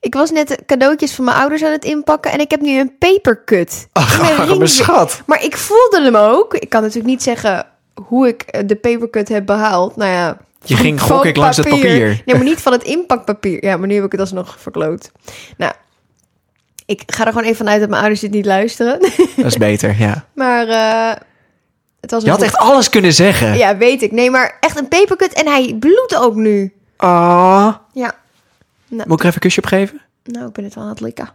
Ik was net cadeautjes van mijn ouders aan het inpakken en ik heb nu een papercut. Ach, In mijn ach, mijn ringvinger. schat. Maar ik voelde hem ook. Ik kan natuurlijk niet zeggen hoe ik eh, de papercut heb behaald. Nou ja. Je ging, van gok ik, langs het papier. Nee, maar niet van het inpakpapier. Ja, maar nu heb ik het alsnog verkloot. Nou, ik ga er gewoon even vanuit dat mijn ouders dit niet luisteren. Dat is beter, ja. maar eh, het was Je had een echt alles kunnen zeggen. Ja, weet ik. Nee, maar echt een papercut en hij bloedt ook nu. Ah. Ja. Moet ik er even een kusje op geven? Nou, ik ben het wel aan het likken.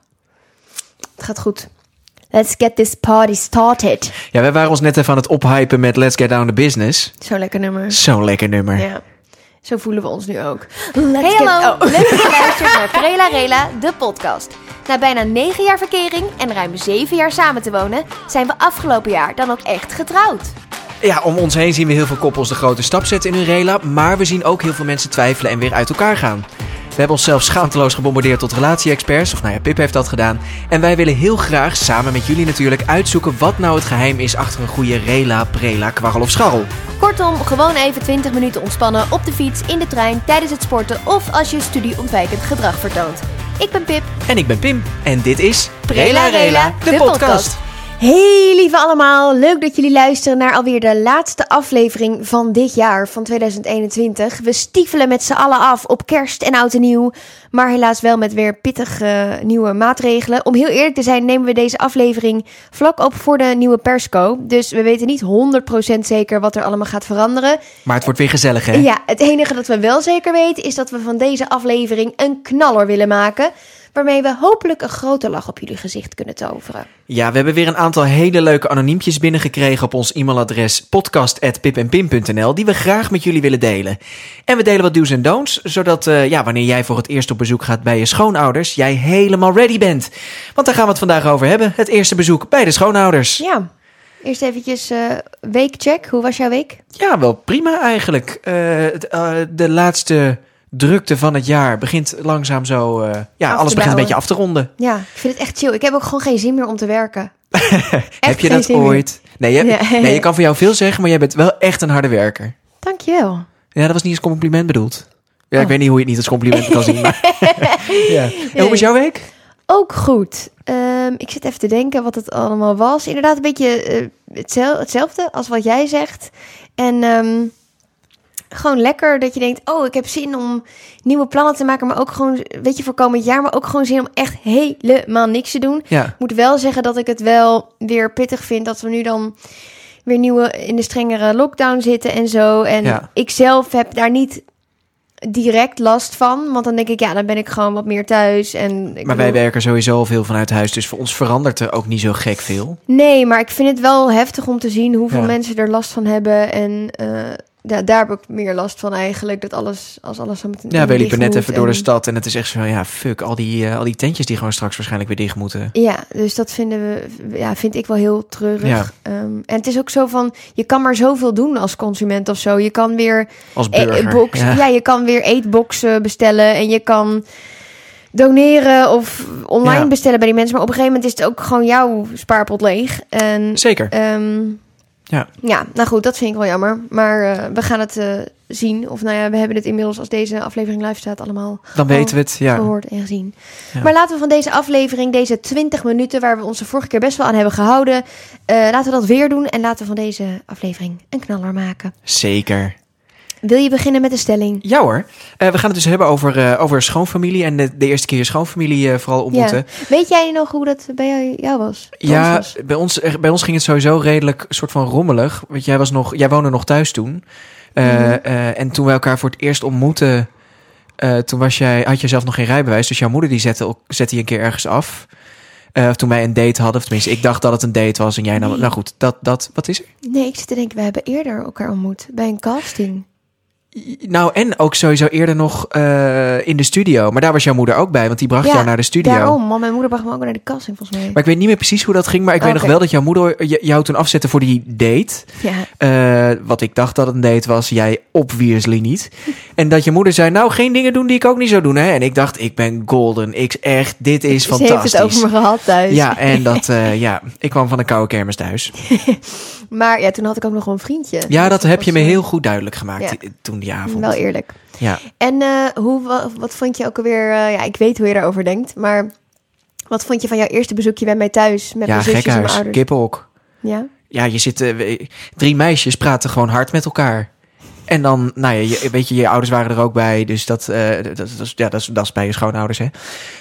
Het gaat goed. Let's get this party started. Ja, wij waren ons net even aan het ophypen met Let's Get Down to Business. Zo'n lekker nummer. Zo'n lekker nummer. Ja. Zo voelen we ons nu ook. Let's Hey, get- hallo. oh. Leuk dat je luistert naar Prela Rela, de podcast. Na bijna 9 jaar verkering en ruim 7 jaar samen te wonen, zijn we afgelopen jaar dan ook echt getrouwd. Ja, om ons heen zien we heel veel koppels de grote stap zetten in hun rela, maar we zien ook heel veel mensen twijfelen en weer uit elkaar gaan. We hebben onszelf schaamteloos gebombardeerd tot relatie-experts, of nou ja, Pip heeft dat gedaan. En wij willen heel graag, samen met jullie natuurlijk, uitzoeken wat nou het geheim is achter een goede rela, prela, kwarrel of scharrel. Kortom, gewoon even 20 minuten ontspannen op de fiets, in de trein, tijdens het sporten of als je studieontwijkend gedrag vertoont. Ik ben Pip. En ik ben Pim, en dit is Prela Rela, de podcast. Hey lieve allemaal, leuk dat jullie luisteren naar alweer de laatste aflevering van dit jaar, van 2021. We stiefelen met z'n allen af op kerst en oud en nieuw, maar helaas wel met weer pittige eh, nieuwe maatregelen. Om heel eerlijk te zijn nemen we deze aflevering vlak op voor de nieuwe persco, dus we weten niet 100% zeker wat er allemaal gaat veranderen. Maar het wordt weer gezellig, hè? Ja, het enige dat we wel zeker weten is dat we van deze aflevering een knaller willen maken, waarmee we hopelijk een grote lach op jullie gezicht kunnen toveren. Ja, we hebben weer een aantal hele leuke anoniempjes binnengekregen op ons e-mailadres podcast.pipenpim.nl die we graag met jullie willen delen. En we delen wat do's en don'ts, zodat eh, ja, wanneer jij voor het eerst op bezoek gaat bij je schoonouders, jij helemaal ready bent. Want daar gaan we het vandaag over hebben, het eerste bezoek bij de schoonouders. Ja. Eerst eventjes eh, weekcheck. Hoe was jouw week? Ja, wel prima eigenlijk. Eh, het, eh, de laatste drukte van het jaar begint langzaam zo, eh, ja, alles begint bouwen. een beetje af te ronden. Ja, ik vind het echt chill. Ik heb ook gewoon geen zin meer om te werken. Heb je geen dat zin meer. ooit? Nee, je, Ja. nee, je kan voor jou veel zeggen, maar jij bent wel echt een harde werker. Dankjewel. Ja, dat was niet als compliment bedoeld. Ja, ik Oh. weet niet hoe je het niet als compliment kan zien. Maar... ja. En hoe was jouw week? Ook goed. Ehm, ik zit even te denken wat het allemaal was. Inderdaad, een beetje eh, hetzel- hetzelfde als wat jij zegt. En ehm, gewoon lekker dat je denkt: oh, ik heb zin om nieuwe plannen te maken. Maar ook gewoon, weet je, voor komend jaar. Maar ook gewoon zin om echt helemaal niks te doen. Ja. Ik moet wel zeggen dat ik het wel weer pittig vind dat we nu dan weer nieuwe in de strengere lockdown zitten en zo. En Ja. ik zelf heb daar niet direct last van, want dan denk ik ja, dan ben ik gewoon wat meer thuis en ik Maar wij bedoel- werken sowieso al veel vanuit huis, dus voor ons verandert er ook niet zo gek veel. Nee, maar ik vind het wel heftig om te zien hoeveel Ja. mensen er last van hebben en eh, ja, daar heb ik meer last van eigenlijk dat alles als alles zo meteen Ja, we liepen net dicht even moet door de en- stad en het is echt zo, ja, fuck, al die, eh, al die tentjes die gewoon straks waarschijnlijk weer dicht moeten. Ja, dus dat vinden we, ja, vind ik wel heel treurig. Ja. Ehm, en het is ook zo van, je kan maar zoveel doen als consument of zo. Je kan weer Als e- burger. box, ja. ja. je kan weer eetboxen bestellen en je kan doneren of online Ja. bestellen bij die mensen. Maar op een gegeven moment is het ook gewoon jouw spaarpot leeg. En, Zeker. ehm, Ja. ja, nou goed, dat vind ik wel jammer. Maar eh, we gaan het eh, zien. Of nou ja, we hebben het inmiddels als deze aflevering live staat allemaal Dan weten we het, oh, ja. gehoord en gezien. Ja. Maar laten we van deze aflevering, deze 20 minuten waar we ons de vorige keer best wel aan hebben gehouden, eh, laten we dat weer doen en laten we van deze aflevering een knaller maken. Zeker. Wil je beginnen met de stelling? Ja hoor. Eh, we gaan het dus hebben over, eh, over schoonfamilie en de, de eerste keer je schoonfamilie eh, vooral ontmoeten. Weet jij nog hoe dat bij jou, jou was? Bij ons Ja, was? bij ons, eh, bij ons ging het sowieso redelijk soort van rommelig. Want jij, was nog, jij woonde nog thuis toen. Eh, Mhm. eh, en toen we elkaar voor het eerst ontmoetten, eh, toen was jij, had je zelf nog geen rijbewijs. Dus jouw moeder die zette, elk- zette je een keer ergens af. Eh, toen wij een date hadden, of tenminste, ik dacht dat het een date was en jij nam. Nee. Nou goed, dat, dat, wat is er? Nee, ik zit te denken, we hebben eerder elkaar ontmoet bij een casting. Nou, en ook sowieso eerder nog eh, in de studio. Maar daar was jouw moeder ook bij, want die bracht Ja, jou naar de studio. Daarom, want mijn moeder bracht me ook naar de casting volgens mij. Maar ik weet niet meer precies hoe dat ging. Maar ik weet nog Oké. wel dat jouw moeder eh, jou toen afzette voor die date. Ja. Eh, wat ik dacht dat het een date was, jij obviously niet. En dat je moeder zei, nou geen dingen doen die ik ook niet zou doen. Hè? En ik dacht, ik ben golden. Ik echt, dit is Ze heeft fantastisch. het over me gehad thuis. Ja, en dat, eh, ja, ik kwam van een koude kermis thuis. Maar ja, toen had ik ook nog wel een vriendje. Ja, Dus dat heb je was, me eh, heel goed duidelijk gemaakt. Ja. Toen doen die avond. Wel eerlijk. Ja. En eh, hoe, wa- wat vond je ook alweer... eh, ja, ik weet hoe je daarover denkt, maar... Wat vond je van jouw eerste bezoekje bij mij thuis? Met ja, mijn zusjes en mijn gekhuis, ouders? kippenhok. Ja, Ja, je zit, eh, we- drie meisjes praten gewoon hard met elkaar. En dan, nou ja, je, weet je, je ouders waren er ook bij. Dus dat, eh, dat, dat, is- ja, dat, is, dat is bij je schoonouders, hè.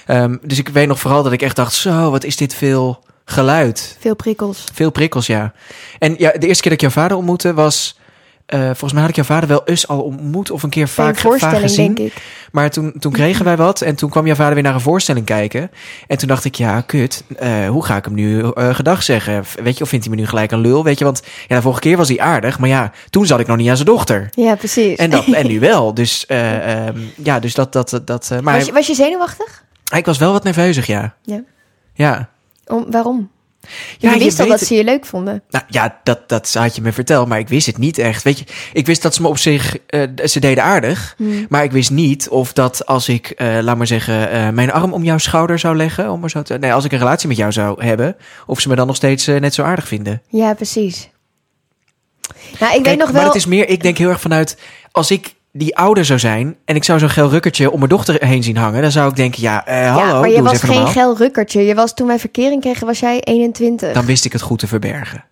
Ehm, dus ik weet nog vooral dat ik echt dacht, zo, wat is dit veel geluid. veel prikkels. Veel prikkels, ja. En ja, de eerste keer dat ik jouw vader ontmoette was... eh, volgens mij had ik jouw vader wel eens al ontmoet of een keer Bij vaak, een vaak voorstelling, gezien. denk ik. Maar toen, toen kregen wij wat en toen kwam jouw vader weer naar een voorstelling kijken. En toen dacht ik, ja, kut, eh, hoe ga ik hem nu eh, gedag zeggen? F- Weet je, of vindt hij me nu gelijk een lul? Weet je, want ja, de vorige keer was hij aardig, maar ja, toen zat ik nog niet aan zijn dochter. Ja, precies. En, dat, en nu wel, dus eh, ehm, ja, dus dat, dat, dat. eh, maar was, je, was je zenuwachtig? hij- ik was wel wat nerveuzig, ja. Ja. Ja, Om, waarom? Ja, je je wist al weet- dat ze je leuk vonden. Nou ja, dat, dat had je me verteld, maar ik wist het niet echt. Weet je, ik wist dat ze me op zich, eh, ze deden aardig. Maar ik wist niet of dat als ik, eh, laat maar zeggen, eh, mijn arm om jouw schouder zou leggen. Om maar zo te, nee, als ik een relatie met jou zou hebben, of ze me dan nog steeds eh, net zo aardig vinden. Ja, precies. Nou, ik weet Kijk, nog Maar wel... het is meer, ik denk heel erg vanuit, als ik die ouder zou zijn en ik zou zo'n geel rukkertje om mijn dochter heen zien hangen, dan zou ik denken, ja, eh, hallo, ja, maar doe je eens was even geen normaal. geil rukkertje. Je was, toen wij verkering kregen, was jij 21. Dan wist ik het goed te verbergen.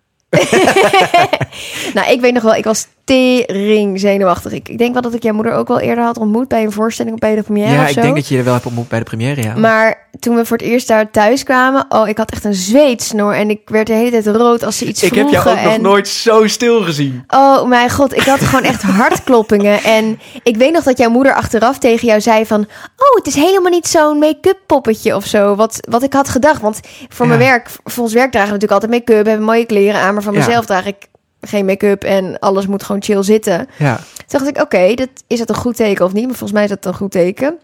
Nou, ik weet nog wel, ik was tering zenuwachtig. Ik, ik denk wel dat ik jouw moeder ook wel eerder had ontmoet bij een voorstelling of bij de première ja, of ik zo. denk dat je er wel hebt ontmoet bij de première, ja. Maar toen we voor het eerst daar thuis kwamen, oh, ik had echt een zweetsnor en ik werd de hele tijd rood als ze iets ik heb vroegen. jou ook nog en... nooit zo stil gezien. Oh mijn god, ik had gewoon echt hartkloppingen. En ik weet nog dat jouw moeder achteraf tegen jou zei van... Oh, het is helemaal niet zo'n make-up poppetje of zo. Wat, wat ik had gedacht. Want voor mijn Ja. werk, voor ons werk dragen we natuurlijk altijd make-up. Hebben mooie kleren aan. Maar van Ja. mezelf draag ik geen make-up. En alles moet gewoon chill zitten. Toen Ja. dacht ik, oké, dat, is dat een goed teken of niet? Maar volgens mij is dat een goed teken.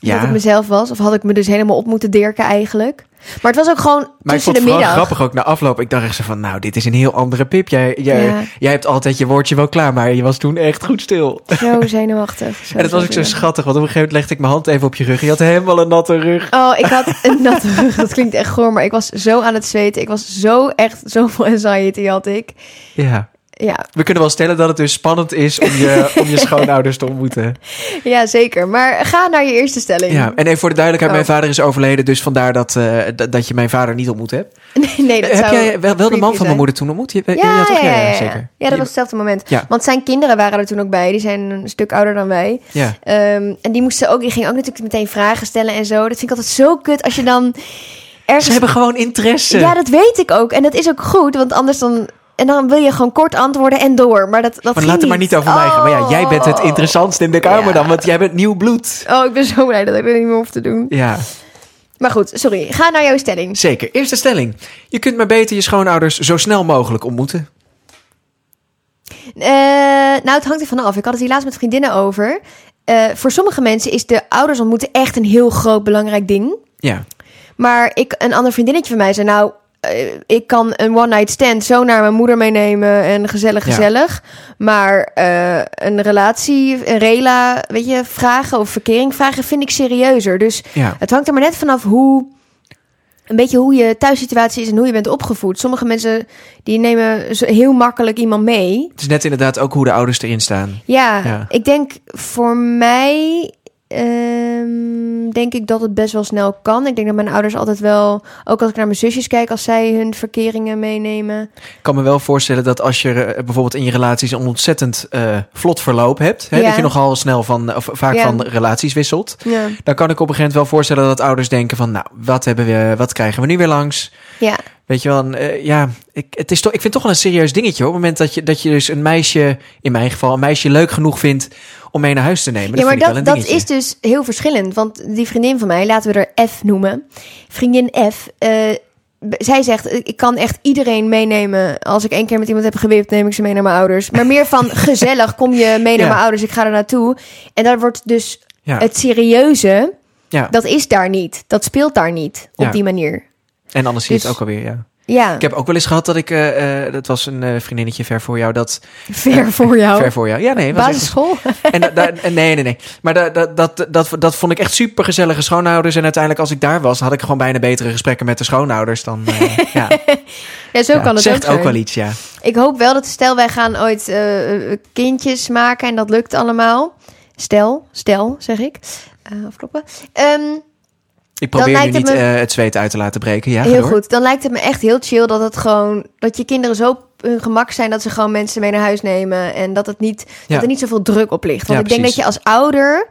Dat ik mezelf was. Of had ik me dus helemaal op moeten dirken eigenlijk. Maar het was ook gewoon Maar ik tussen vond de het vooral middag. grappig ook na afloop. Ik dacht echt zo van, nou, dit is een heel andere Pip. Jij, jij, Ja. jij hebt altijd je woordje wel klaar, maar je was toen echt goed stil. Zo zenuwachtig. en dat was ook zo zenuwachtig. schattig, want op een gegeven moment legde ik mijn hand even op je rug. Je had helemaal een natte rug. Oh, ik had een natte rug. Dat klinkt echt goor, maar ik was zo aan het zweten. Ik was zo echt, zoveel anxiety had ik. Ja. Ja, We kunnen wel stellen dat het dus spannend is om je, om je schoonouders te ontmoeten. ja zeker. Maar ga naar je eerste stelling. Ja. En even voor de duidelijkheid, Oh. mijn vader is overleden. Dus vandaar dat, eh, dat- dat je mijn vader niet ontmoet hebt. Nee, nee dat Heb zou jij wel, wel de creepy man van zijn. mijn moeder toen ontmoet? Je, je- Ja, ja, toch? ja, ja, ja, ja. zeker. Ja, dat was hetzelfde moment. Ja. Want zijn kinderen waren er toen ook bij. Die zijn een stuk ouder dan wij. Ja. Ehm, en die moesten ook, die gingen ook natuurlijk meteen vragen stellen en zo. Dat vind ik altijd zo kut als je dan ergens... Ze hebben gewoon interesse. Ja, dat weet ik ook. En dat is ook goed, want anders dan... En dan wil je gewoon kort antwoorden en door. Maar dat, dat Maar ging laat het maar niet over mij gaan. Maar ja, jij bent het Oh. interessantst in de kamer Ja. dan, want jij bent nieuw bloed. Oh, ik ben zo blij dat ik er niet meer hoef te doen. Ja, Maar goed, sorry. Ga naar jouw stelling. zeker. Eerste stelling. Je kunt maar beter je schoonouders zo snel mogelijk ontmoeten. Eh, nou, het hangt ervan af. Ik had het hier laatst met vriendinnen over. Eh, voor sommige mensen is de ouders ontmoeten echt een heel groot belangrijk ding. Ja, Maar ik, een ander vriendinnetje van mij zei... Nou, eh, ik kan een one-night stand zo naar mijn moeder meenemen en gezellig, Ja. gezellig. Maar eh, een relatie, een rela, weet je, vragen of verkering vragen vind ik serieuzer. Dus ja. Het hangt er maar net vanaf hoe. Een beetje hoe je thuissituatie is en hoe je bent opgevoed. Sommige mensen die nemen zo- heel makkelijk iemand mee. Het is net inderdaad ook hoe de ouders erin staan. Ja, Ja. ik denk voor mij. ehm, denk ik dat het best wel snel kan. Ik denk dat mijn ouders altijd wel. Ook als ik naar mijn zusjes kijk, als zij hun verkeringen meenemen. Ik kan me wel voorstellen dat als je eh, bijvoorbeeld in je relaties een ontzettend eh, vlot verloop hebt, hè, Ja. dat je nogal snel van, eh, of vaak Ja. van relaties wisselt, Ja. dan kan ik op een gegeven moment wel voorstellen dat ouders denken van, nou, wat, hebben we, wat krijgen we nu weer langs? ja. Weet je wel, en, eh, ja, ik, het is toch, ik vind het toch wel een serieus dingetje. hoor. Op het moment dat je, dat je dus een meisje, in mijn geval, een meisje leuk genoeg vindt om mee naar huis te nemen. ja, maar vind ik dat, wel een dat dingetje. is dus heel verschillend. Want die vriendin van mij, laten we er F noemen. Vriendin F. eh, b- zij zegt, eh, ik kan echt iedereen meenemen. Als ik één keer met iemand heb gewipt, neem ik ze mee naar mijn ouders. Maar meer van gezellig, kom je mee naar Ja. mijn ouders, ik ga er naartoe. En daar wordt dus Ja, het serieuze, ja. dat is daar niet. Dat speelt daar niet op Ja. die manier. en anders zie je het dus- ook alweer, ja. Ja, Ik heb ook wel eens gehad dat ik, eh, eh, dat was een eh, vriendinnetje ver voor jou, dat ver voor jou. ver voor jou. Ja, nee, was echt- Basisschool. en da- da- en nee, nee, nee. Maar da- da- dat, dat, dat vond ik echt super gezellige schoonouders. En uiteindelijk, als ik daar was, had ik gewoon bijna betere gesprekken met de schoonouders dan. eh, ja, Ja, zo ja. kan het Zegt ook, zijn. wel iets, ja. Ik hoop wel dat stel wij gaan ooit eh, eh, kindjes maken en dat lukt allemaal. Stel, stel, zeg ik. Eh afkloppen. Ehm, Ik Dan probeer nu lijkt het niet me- eh, het zweet uit te laten breken. Ja, ga heel door. goed. Dan lijkt het me echt heel chill dat het gewoon dat je kinderen zo op hun gemak zijn dat ze gewoon mensen mee naar huis nemen en dat het niet Ja. dat er niet zoveel druk op ligt. Want Ja, ik denk dat precies. je als ouder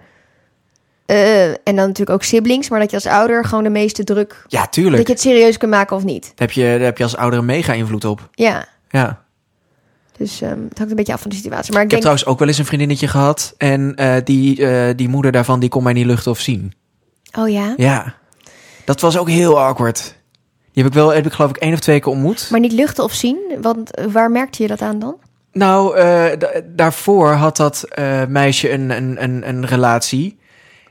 eh, en dan natuurlijk ook siblings, maar dat je als ouder gewoon de meeste druk Ja, dat tuurlijk. je het serieus kunt maken of niet. Daar heb je, daar heb je als ouder een mega invloed op. Ja. Ja. Dus ehm, het hangt een beetje af van de situatie. Maar ik, Ik denk, heb trouwens ook wel eens een vriendinnetje gehad. En eh, die, eh, die moeder daarvan, die kon mij niet luchten of zien. oh ja, Ja. Dat was ook heel awkward. Die heb ik wel, heb ik geloof ik één of twee keer ontmoet. maar niet luchten of zien, want eh, waar merkte je dat aan dan? Nou, eh, da- daarvoor had dat eh, meisje een, een, een, een relatie.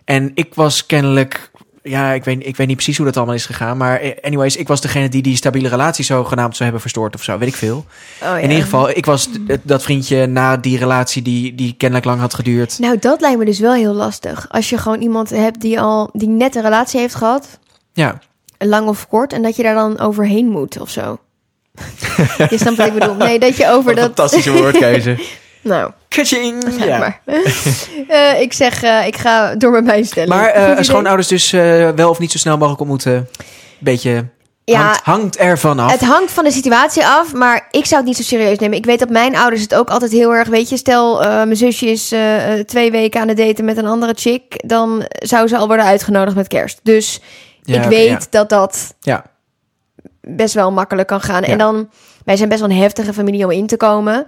En ik was kennelijk. Ja, ik weet, ik weet niet precies hoe dat allemaal is gegaan. Maar eh, anyways, ik was degene die die stabiele relatie zogenaamd zou hebben verstoord of zo. Weet ik veel. Oh, ja. In ieder geval, ik was t- het- dat vriendje na die relatie die, die kennelijk lang had geduurd. Nou, dat lijkt me dus wel heel lastig. Als je gewoon iemand hebt die al die net een relatie heeft gehad, Ja, lang of kort, en dat je daar dan overheen moet of zo. je snapt wat ik bedoel. Nee, dat je over dat. woordkeuze. Nou, Kaching! zeg Ja. maar. Eh, ik zeg, eh, ik ga door met mijn stelling. Maar Goed eh idee. schoonouders dus eh, wel of niet zo snel mogelijk ontmoeten. Beetje Ja, hangt, hangt ervan af. Het hangt van de situatie af, maar ik zou het niet zo serieus nemen. Ik weet dat mijn ouders het ook altijd heel erg... Weet je, stel eh, mijn zusje is eh, eh, twee weken aan het daten met een andere chick... dan zou ze al worden uitgenodigd met kerst. Dus Ja, ik oké, weet ja. dat dat Ja. best wel makkelijk kan gaan. Ja. En dan, wij zijn best wel een heftige familie om in te komen.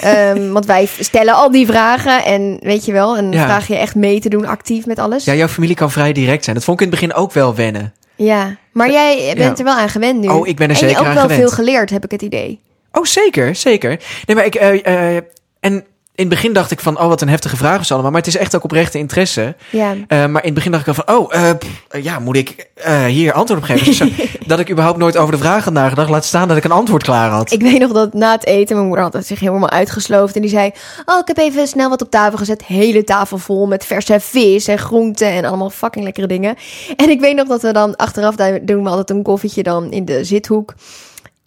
Ehm, want wij stellen al die vragen en weet je wel... en dan Ja. vraag je echt mee te doen actief met alles. Ja, jouw familie kan vrij direct zijn. Dat vond ik in het begin ook wel wennen. Ja. Maar jij bent er wel aan gewend nu. Oh, ik ben er zeker En je aan ook wel gewend. veel geleerd, heb ik het idee. Oh, zeker, zeker. Nee, maar ik... eh, eh, en in het begin dacht ik van, oh, wat een heftige vraag is allemaal. Maar het is echt ook oprechte interesse. Ja. Eh, maar in het begin dacht ik al van, oh, eh, pff, eh, ja, moet ik eh, hier antwoord op geven? Zo, dat ik überhaupt nooit over de vraag had nagedacht. Laat staan dat ik een antwoord klaar had. Ik weet nog dat na het eten, mijn moeder had het zich helemaal uitgesloofd. En die zei, oh, ik heb even snel wat op tafel gezet. Hele tafel vol met verse vis en groenten en allemaal fucking lekkere dingen. En ik weet nog dat we dan achteraf, daar doen we altijd een koffietje dan in de zithoek.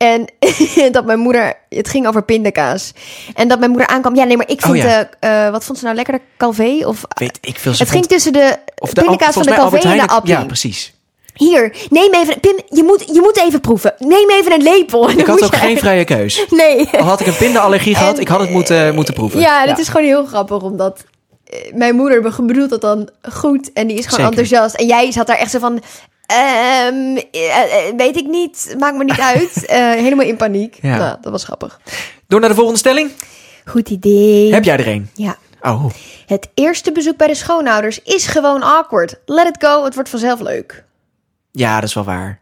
En dat mijn moeder, het ging over pindakaas. En dat mijn moeder aankwam, ja nee, maar ik Oh, vind, ja. eh, eh, wat vond ze nou lekkerder, calvé? Of, Weet ik veel. ze het ging vond- tussen de, of de- pindakaas van volgens de mij calvé Albert en de Heijn- appie. Ja, precies. Hier, neem even, Pim, je moet, je moet even proeven. Neem even een lepel. En Ik dan had moest ook je- geen vrije keus. Nee. Al had ik een pindaallergie gehad, En, ik had het moeten, eh, moeten proeven. Ja, en het is gewoon heel grappig, omdat eh, mijn moeder be- bedoelt dat dan goed en die is gewoon Zeker. enthousiast. En jij zat daar echt zo van, ehm, eh, eh, weet ik niet, maakt me niet uit. Eh, helemaal in paniek. Ja. Nou, dat was grappig. Door naar de volgende stelling. Goed idee. Heb jij er een? Ja. Oh, Het eerste bezoek bij de schoonouders is gewoon awkward. Let it go, het wordt vanzelf leuk. ja, dat is wel waar.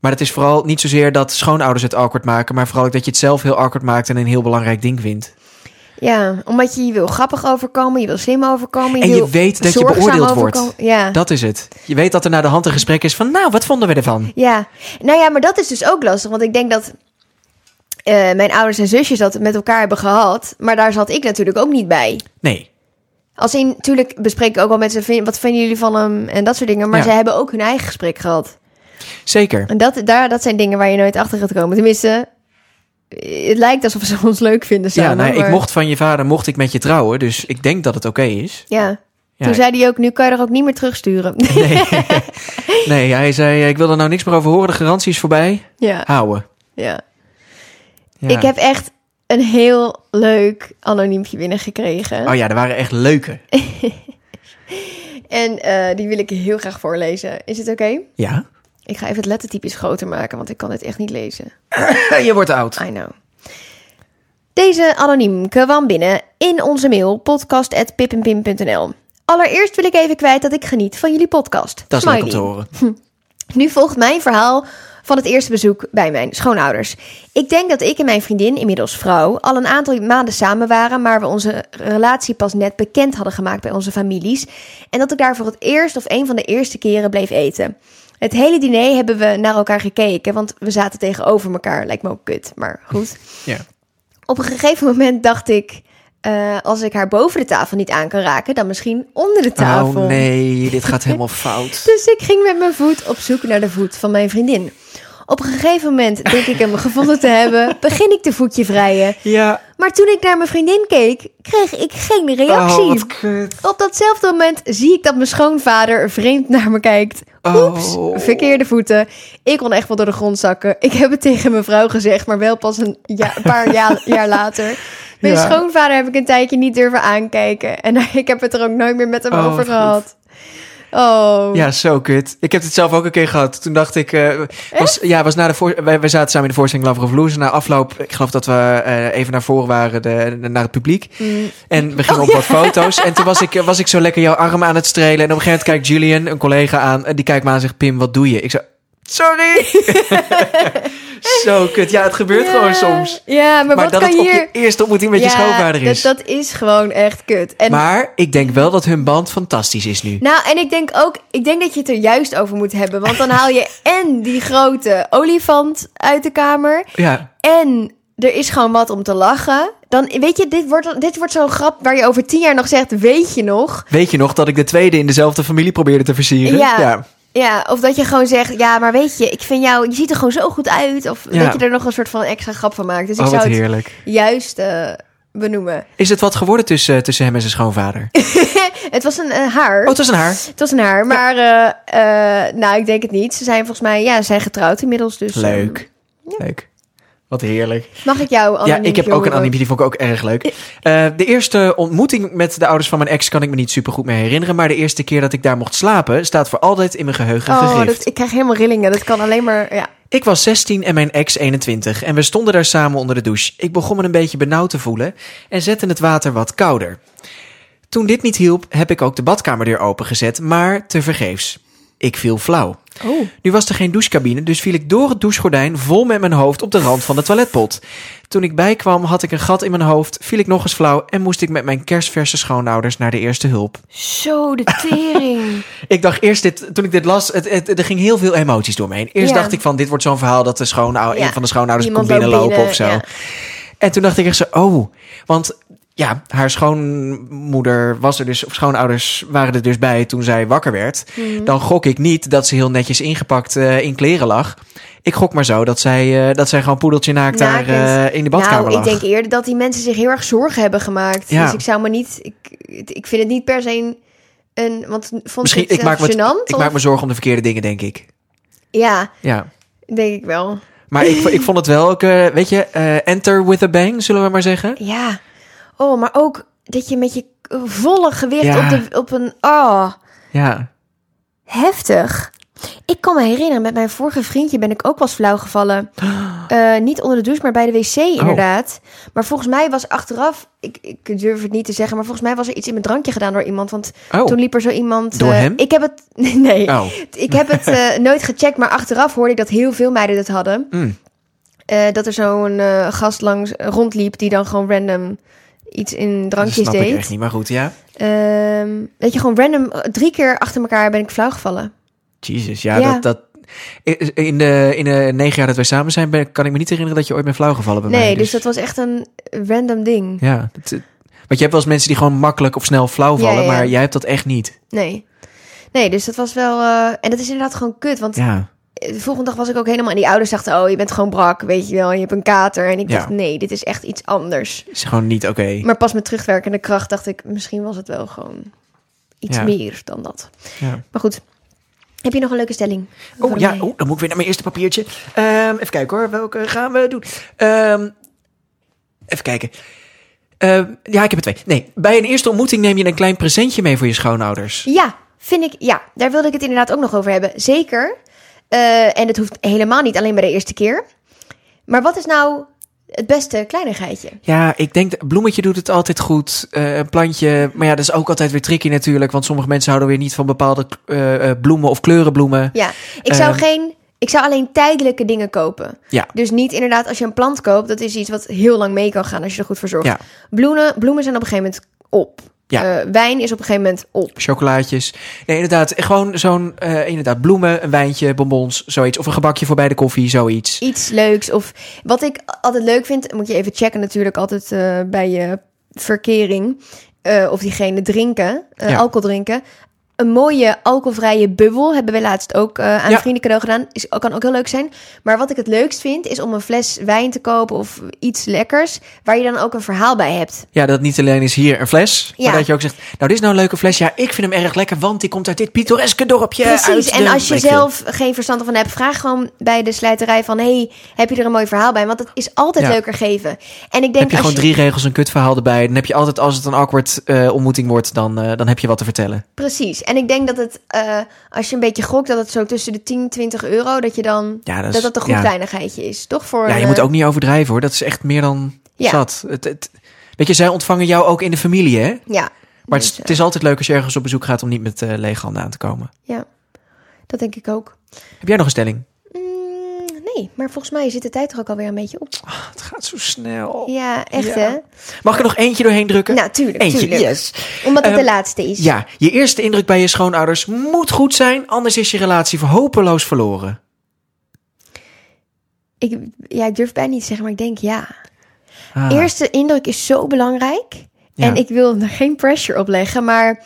Maar het is vooral niet zozeer dat schoonouders het awkward maken... maar vooral ook dat je het zelf heel awkward maakt en een heel belangrijk ding vindt. Ja, omdat je je wil grappig overkomen, je wil slim overkomen. Je En je wil weet dat je zorgzaam beoordeeld wordt. overkomen. Ja. Dat is het. Je weet dat er naar de hand een gesprek is van... nou, wat vonden we ervan? Ja, nou ja, maar dat is dus ook lastig. Want ik denk dat eh, mijn ouders en zusjes dat met elkaar hebben gehad. Maar daar zat ik natuurlijk ook niet bij. Nee, Als in, natuurlijk bespreek ik ook wel met ze, "Vind- wat vinden jullie van hem en dat soort dingen. Maar Ja. ze hebben ook hun eigen gesprek gehad. zeker. En dat, daar, dat zijn dingen waar je nooit achter gaat komen. Tenminste, eh, het lijkt alsof ze ons leuk vinden samen. ja, nou, ik maar- mocht van je vader, mocht ik met je trouwen... dus ik denk dat het oké is. Ja. Ja, Toen ik- zei hij ook, nu kan je er ook niet meer terugsturen. Nee. nee, hij zei, ik wil er nou niks meer over horen. De garantie is voorbij. ja, Houden. ja. Ja. Ik heb echt een heel leuk anoniempje binnengekregen. Oh ja, er waren echt leuke. En eh, die wil ik heel graag voorlezen. Is het oké? Ja. Ik ga even het lettertype iets groter maken, want ik kan dit echt niet lezen. Je wordt oud. I know. Deze anoniem kwam binnen in onze mail podcast.pippenpim.nl. Allereerst wil ik even kwijt dat ik geniet van jullie podcast. Dat is leuk om Smiley. te horen. Nu volgt mijn verhaal van het eerste bezoek bij mijn schoonouders. Ik denk dat ik en mijn vriendin, inmiddels vrouw, al een aantal maanden samen waren, maar we onze relatie pas net bekend hadden gemaakt bij onze families. En dat ik daar voor het eerst of een van de eerste keren bleef eten. Het hele diner hebben we naar elkaar gekeken, want we zaten tegenover elkaar. Lijkt me ook kut, maar goed. Ja. Op een gegeven moment dacht ik, eh, als ik haar boven de tafel niet aan kan raken, dan misschien onder de tafel. Oh nee, dit gaat helemaal fout. Dus ik ging met mijn voet op zoek naar de voet van mijn vriendin. Op een gegeven moment denk ik hem gevonden te hebben, begin ik de voetje vrijen. Ja, Maar toen ik naar mijn vriendin keek, kreeg ik geen reactie. oh, wat kut. Op datzelfde moment zie ik dat mijn schoonvader vreemd naar me kijkt. Oeps, Oh. verkeerde voeten. Ik kon echt wel door de grond zakken. Ik heb het tegen mijn vrouw gezegd, maar wel pas een, ja- een paar jaar, jaar later. Mijn Ja. schoonvader heb ik een tijdje niet durven aankijken. En ik heb het er ook nooit meer met hem Oh, over wat goed. gehad. Oh, Ja, zo kut. Ik heb dit zelf ook een keer gehad. Toen dacht ik... eh, was, ja, was na de voor, wij, wij zaten samen in de voorstelling Love of Lose. Na afloop, ik geloof dat we eh, even naar voren waren, de, naar het publiek. Mm. En we Oh, gingen op wat foto's. En toen was ik, was ik zo lekker jouw arm aan het strelen. En op een gegeven moment kijkt Julian, een collega, aan. En die kijkt me aan en zegt, Pim, wat doe je? Ik zo... Sorry! zo kut. Ja, het gebeurt Ja. gewoon soms. Ja, maar, Maar wat dat kan het op hier... je eerste ontmoeting met je Ja, schoonvader is. Dat, dat is gewoon echt kut. En, Maar ik denk wel dat hun band fantastisch is nu. Nou, en ik denk ook, ik denk dat je het er juist over moet hebben. Want dan haal je en die grote olifant uit de kamer. Ja, En er is gewoon wat om te lachen. Dan weet je, dit wordt, dit wordt zo'n grap waar je over tien jaar nog zegt: Weet je nog? Weet je nog dat ik de tweede in dezelfde familie probeerde te versieren? Ja. dus Ja, of dat je gewoon zegt: Ja, maar weet je, ik vind jou, je ziet er gewoon zo goed uit. Of Ja. dat je er nog een soort van extra grap van maakt. Dus Oh, ik wat zou het heerlijk. juist eh, benoemen. Is het wat geworden tussen, tussen hem en zijn schoonvader? Het was een eh, haar. Oh, het was een haar. Het was een haar, maar eh, eh, nou, ik denk het niet. Ze zijn volgens mij, ja, ze zijn getrouwd inmiddels. Dus, eh, Leuk. Leuk. Wat heerlijk. mag Oh, ik jou Ja, anoniem ik heb ook een horen? anoniempje, die vond ik ook erg leuk. Eh, de eerste ontmoeting met de ouders van mijn ex kan ik me niet super goed meer herinneren. Maar de eerste keer dat ik daar mocht slapen, staat voor altijd in mijn geheugen Oh, gegrift. dat, ik krijg helemaal rillingen. Dat kan alleen maar, ja. Ik was 16 en mijn ex 21 en we stonden daar samen onder de douche. Ik begon me een beetje benauwd te voelen en zette het water wat kouder. Toen dit niet hielp, heb ik ook de badkamerdeur opengezet, maar tevergeefs. Ik viel flauw. Oh. Nu was er geen douchecabine, dus viel ik door het douchegordijn vol met mijn hoofd op de rand van de toiletpot. Toen ik bijkwam, had ik een gat in mijn hoofd, viel ik nog eens flauw en moest ik met mijn kerstverse schoonouders naar de eerste hulp. Zo, de tering. Ik dacht eerst dit, toen ik dit las, het, het- er ging heel veel emoties door me heen. Eerst Ja. dacht ik van, dit wordt zo'n verhaal dat de schoonou- Ja. een van de schoonouders komt Iemand loopt binnenlopen binnen, of zo. ja. En toen dacht ik echt zo, oh, want ja, haar schoonmoeder was er dus, of schoonouders waren er dus bij toen zij wakker werd. Mhm. Dan gok ik niet dat ze heel netjes ingepakt eh, in kleren lag. Ik gok maar zo dat zij, eh, dat zij gewoon poedeltje naakt daar Naakt is. eh, in de badkamer nou, ik lag. denk eerder dat die mensen zich heel erg zorgen hebben gemaakt. Ja. Dus ik zou me niet... Ik, ik vind het niet per se een... een want vond Misschien, ik het ik, maak me, zelf gênant? ik of- maak me zorgen om de verkeerde dingen, denk ik. Ja, Ja. denk ik wel. Maar ik, ik vond het wel ook, eh, weet je, eh, enter with a bang, zullen we maar zeggen. Ja. Oh, maar ook dat je met je volle gewicht Ja. op, de, op een... Oh, Ja. heftig. Ik kan me herinneren, met mijn vorige vriendje ben ik ook wel eens flauw gevallen. Eh, niet onder de douche, maar bij de wc Oh. inderdaad. Maar volgens mij was achteraf, ik, ik durf het niet te zeggen, maar volgens mij was er iets in mijn drankje gedaan door iemand. Want Oh. toen liep er zo iemand. Door eh, hem? Ik heb het. Nee. Oh. Ik heb het eh, nooit gecheckt, maar achteraf hoorde ik dat heel veel meiden dat hadden. Mm. Eh, dat er zo'n eh, gast langs rondliep die dan gewoon random iets in Dat drankjes snap ik deed. echt niet, maar goed, ja. Ehm, dat je gewoon random eh, drie keer achter elkaar ben ik flauw gevallen. Jezus, ja, Ja. dat... dat in de, in de negen jaar dat wij samen zijn, ben, kan ik me niet herinneren dat je ooit bent flauwgevallen bij nee, mij. dus... dat was echt een random ding. Ja, dat, eh, want je hebt wel eens mensen die gewoon makkelijk of snel flauw Ja, vallen, ja. maar jij hebt dat echt niet. Nee. Nee, dus dat was wel. eh, en dat is inderdaad gewoon kut. Want Ja, de volgende dag was ik ook helemaal. En die ouders dachten: Oh, je bent gewoon brak, weet je wel. En je hebt een kater. En ik Ja. dacht: Nee, dit is echt iets anders. is gewoon niet oké. Maar pas met terugwerkende kracht dacht ik: Misschien was het wel gewoon iets Ja. meer dan dat. Ja. Maar goed. Heb je nog een leuke stelling? Oh Voor ja, mij? oh, dan moet ik weer naar mijn eerste papiertje. Ehm, even kijken hoor, welke gaan we doen? Ehm, even kijken. Ehm, ja, ik heb er twee. Nee, bij een eerste ontmoeting neem je een klein presentje mee voor je schoonouders. Ja, vind ik. Ja, daar wilde ik het inderdaad ook nog over hebben. Zeker. Eh, en het hoeft helemaal niet alleen bij de eerste keer. Maar wat is nou het beste kleinigheidje? Ja, ik denk, dat- bloemetje doet het altijd goed. eh, een plantje, maar ja, dat is ook altijd weer tricky natuurlijk. Want sommige mensen houden weer niet van bepaalde eh, eh, bloemen of kleurenbloemen. Ja, ik zou Ehm. geen. Ik zou alleen tijdelijke dingen kopen. Ja. Dus niet inderdaad, als je een plant koopt, dat is iets wat heel lang mee kan gaan als je er goed voor zorgt. Ja. Bloemen, bloemen zijn op een gegeven moment op. Ja. Eh, wijn is op een gegeven moment op. Chocolaatjes. Nee, inderdaad. Gewoon zo'n, eh, inderdaad, bloemen, een wijntje, bonbons, zoiets. Of een gebakje voor bij de koffie, zoiets. Iets leuks. Of wat ik altijd leuk vind, moet je even checken natuurlijk altijd eh, bij je verkering. eh, of diegene drinken, eh, Ja. alcohol drinken. Een mooie alcoholvrije bubbel hebben we laatst ook eh, aan Ja. vrienden cadeau gedaan. Is, kan ook heel leuk zijn. Maar wat ik het leukst vind, is om een fles wijn te kopen of iets lekkers. Waar je dan ook een verhaal bij hebt. Ja, dat niet alleen is hier een fles, Ja. maar dat je ook zegt... Nou, dit is nou een leuke fles. Ja, ik vind hem erg lekker, want die komt uit dit pittoreske dorpje. uit Precies, en de- als je weet ik veel. zelf geen verstand ervan hebt, vraag gewoon bij de slijterij van... hey, heb je er een mooi verhaal bij? Want het is altijd Ja. leuker geven. En ik denk Heb je als gewoon drie regels een kutverhaal erbij. Dan heb je altijd, als het een awkward eh, ontmoeting wordt, dan, eh, dan heb je wat te vertellen. Precies, en ik denk dat het, eh, als je een beetje gokt, dat het zo tussen de 10, 20 euro... dat je dan, Ja, dat dat, is- dat een goed ja. kleinigheidje is, toch? Voor, Ja, je eh, moet ook niet overdrijven hoor. Dat is echt meer dan Ja. zat. Het, het, weet je, zij ontvangen jou ook in de familie hè? Ja, Maar Dus, het, is, het is altijd leuk als je ergens op bezoek gaat om niet met eh, lege handen aan te komen. ja, dat denk ik ook. Heb jij nog een stelling? Mm, nee, maar volgens mij zit de tijd er ook alweer een beetje op. Het gaat zo snel. Ja, echt ja. hè? Mag ik er nog eentje doorheen drukken? Nou, tuurlijk, Eentje, tuurlijk. yes. Omdat het de Ehm, laatste is. Ja, je eerste indruk bij je schoonouders moet goed zijn, anders is je relatie voor hopeloos verloren. Ik, ja, ik durf bijna niet te zeggen, maar ik denk ja. Ah, Eerste indruk is zo belangrijk. ja. En ik wil er geen pressure op leggen, maar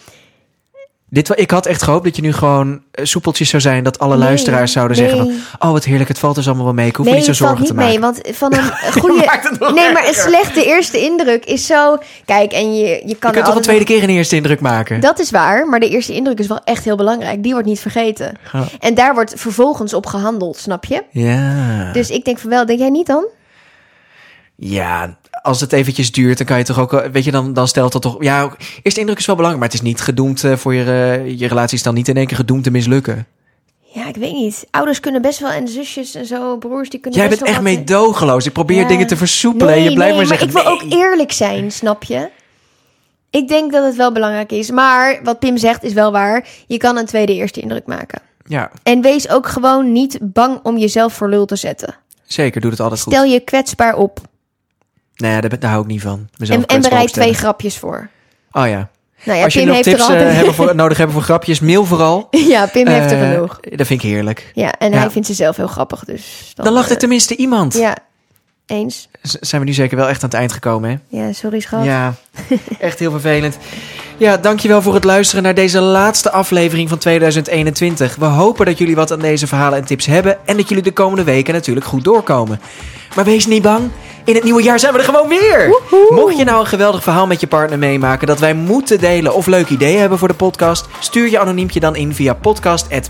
Dit, wa- ik had echt gehoopt dat je nu gewoon eh, soepeltjes zou zijn, dat alle Nee, luisteraars zouden nee. zeggen van, oh wat heerlijk, het valt dus allemaal wel mee, ik hoef nee, me niet zo het valt zorgen niet te mee. maken. Want van een goede. Maakt het nog Nee, maar een erger. slechte eerste indruk is zo. Kijk, en je, je kan. Je er kunt toch een altijd- tweede keer een eerste indruk maken? Dat is waar, maar de eerste indruk is wel echt heel belangrijk. Die wordt niet vergeten. Ja. En daar wordt vervolgens op gehandeld, snap je? Ja. Dus ik denk van wel, denk jij niet dan? ja, als het eventjes duurt, dan kan je toch ook, wel- weet je, dan, dan stelt dat toch, ja, ook- eerste indruk is wel belangrijk, maar het is niet gedoemd eh, voor je, eh, je relatie is dan niet in één keer gedoemd te mislukken. Ja, ik weet niet. Ouders kunnen best wel en zusjes en zo, broers, die kunnen Jij best bent echt wel wat- meedogeloos, ik probeer Ja. dingen te versoepelen en Nee, je blijft nee, maar zeggen ik wil nee. ook eerlijk zijn, snap je? Ik denk dat het wel belangrijk is. Maar wat Pim zegt is wel waar. Je kan een tweede eerste indruk maken. Ja, En wees ook gewoon niet bang om jezelf voor lul te zetten. zeker, doe het altijd goed. Stel je kwetsbaar op. Nee, daar, ben- daar hou ik niet van. En, Mezelf en kwetsbaar bereid opstellen. twee grapjes voor. Oh ja. Nou ja, Pim Als jullie nog heeft er tips eh, altijd... hebben voor, nodig hebben voor grapjes, mail vooral. ja, Pim heeft er Eh, genoeg. Dat vind ik heerlijk. Ja, en ja. hij vindt ze zelf heel grappig. Dus Dan lacht er eh, tenminste iemand. Ja, eens. Z- zijn we nu zeker wel echt aan het eind gekomen, hè? Ja, sorry schat. Ja, echt heel vervelend. Ja, dankjewel voor het luisteren naar deze laatste aflevering van 2021. We hopen dat jullie wat aan deze verhalen en tips hebben... en dat jullie de komende weken natuurlijk goed doorkomen. Maar wees niet bang, in het nieuwe jaar zijn we er gewoon weer! Mocht je nou een geweldig verhaal met je partner meemaken... dat wij moeten delen of leuk ideeën hebben voor de podcast... stuur je anoniempje dan in via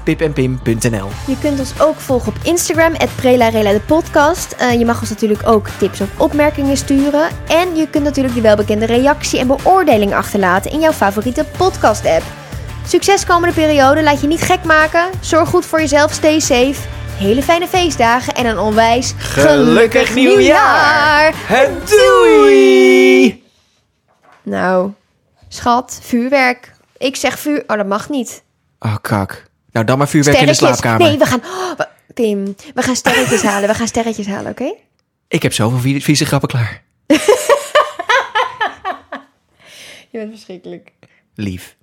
podcast.pipenpim.nl Je kunt ons ook volgen op Instagram, het Prelarela de podcast. Eh, je mag ons natuurlijk ook tips of opmerkingen sturen. En je kunt natuurlijk de welbekende reactie en beoordeling achterlaten in jouw favoriete podcast app. Succes komende periode, laat je niet gek maken. Zorg goed voor jezelf, stay safe. Hele fijne feestdagen en een onwijs Gelukkig nieuwjaar! Het doei! Nou, schat, vuurwerk. Ik zeg vuur... Oh, dat mag niet. Oh, kak. Nou, dan maar vuurwerk in de Sterretjes. slaapkamer. Nee, we gaan... Oh, we- Pim, we gaan sterretjes halen. We gaan sterretjes halen, oké? Ik heb zoveel vie- vieze grappen klaar. Je bent verschrikkelijk. Lief.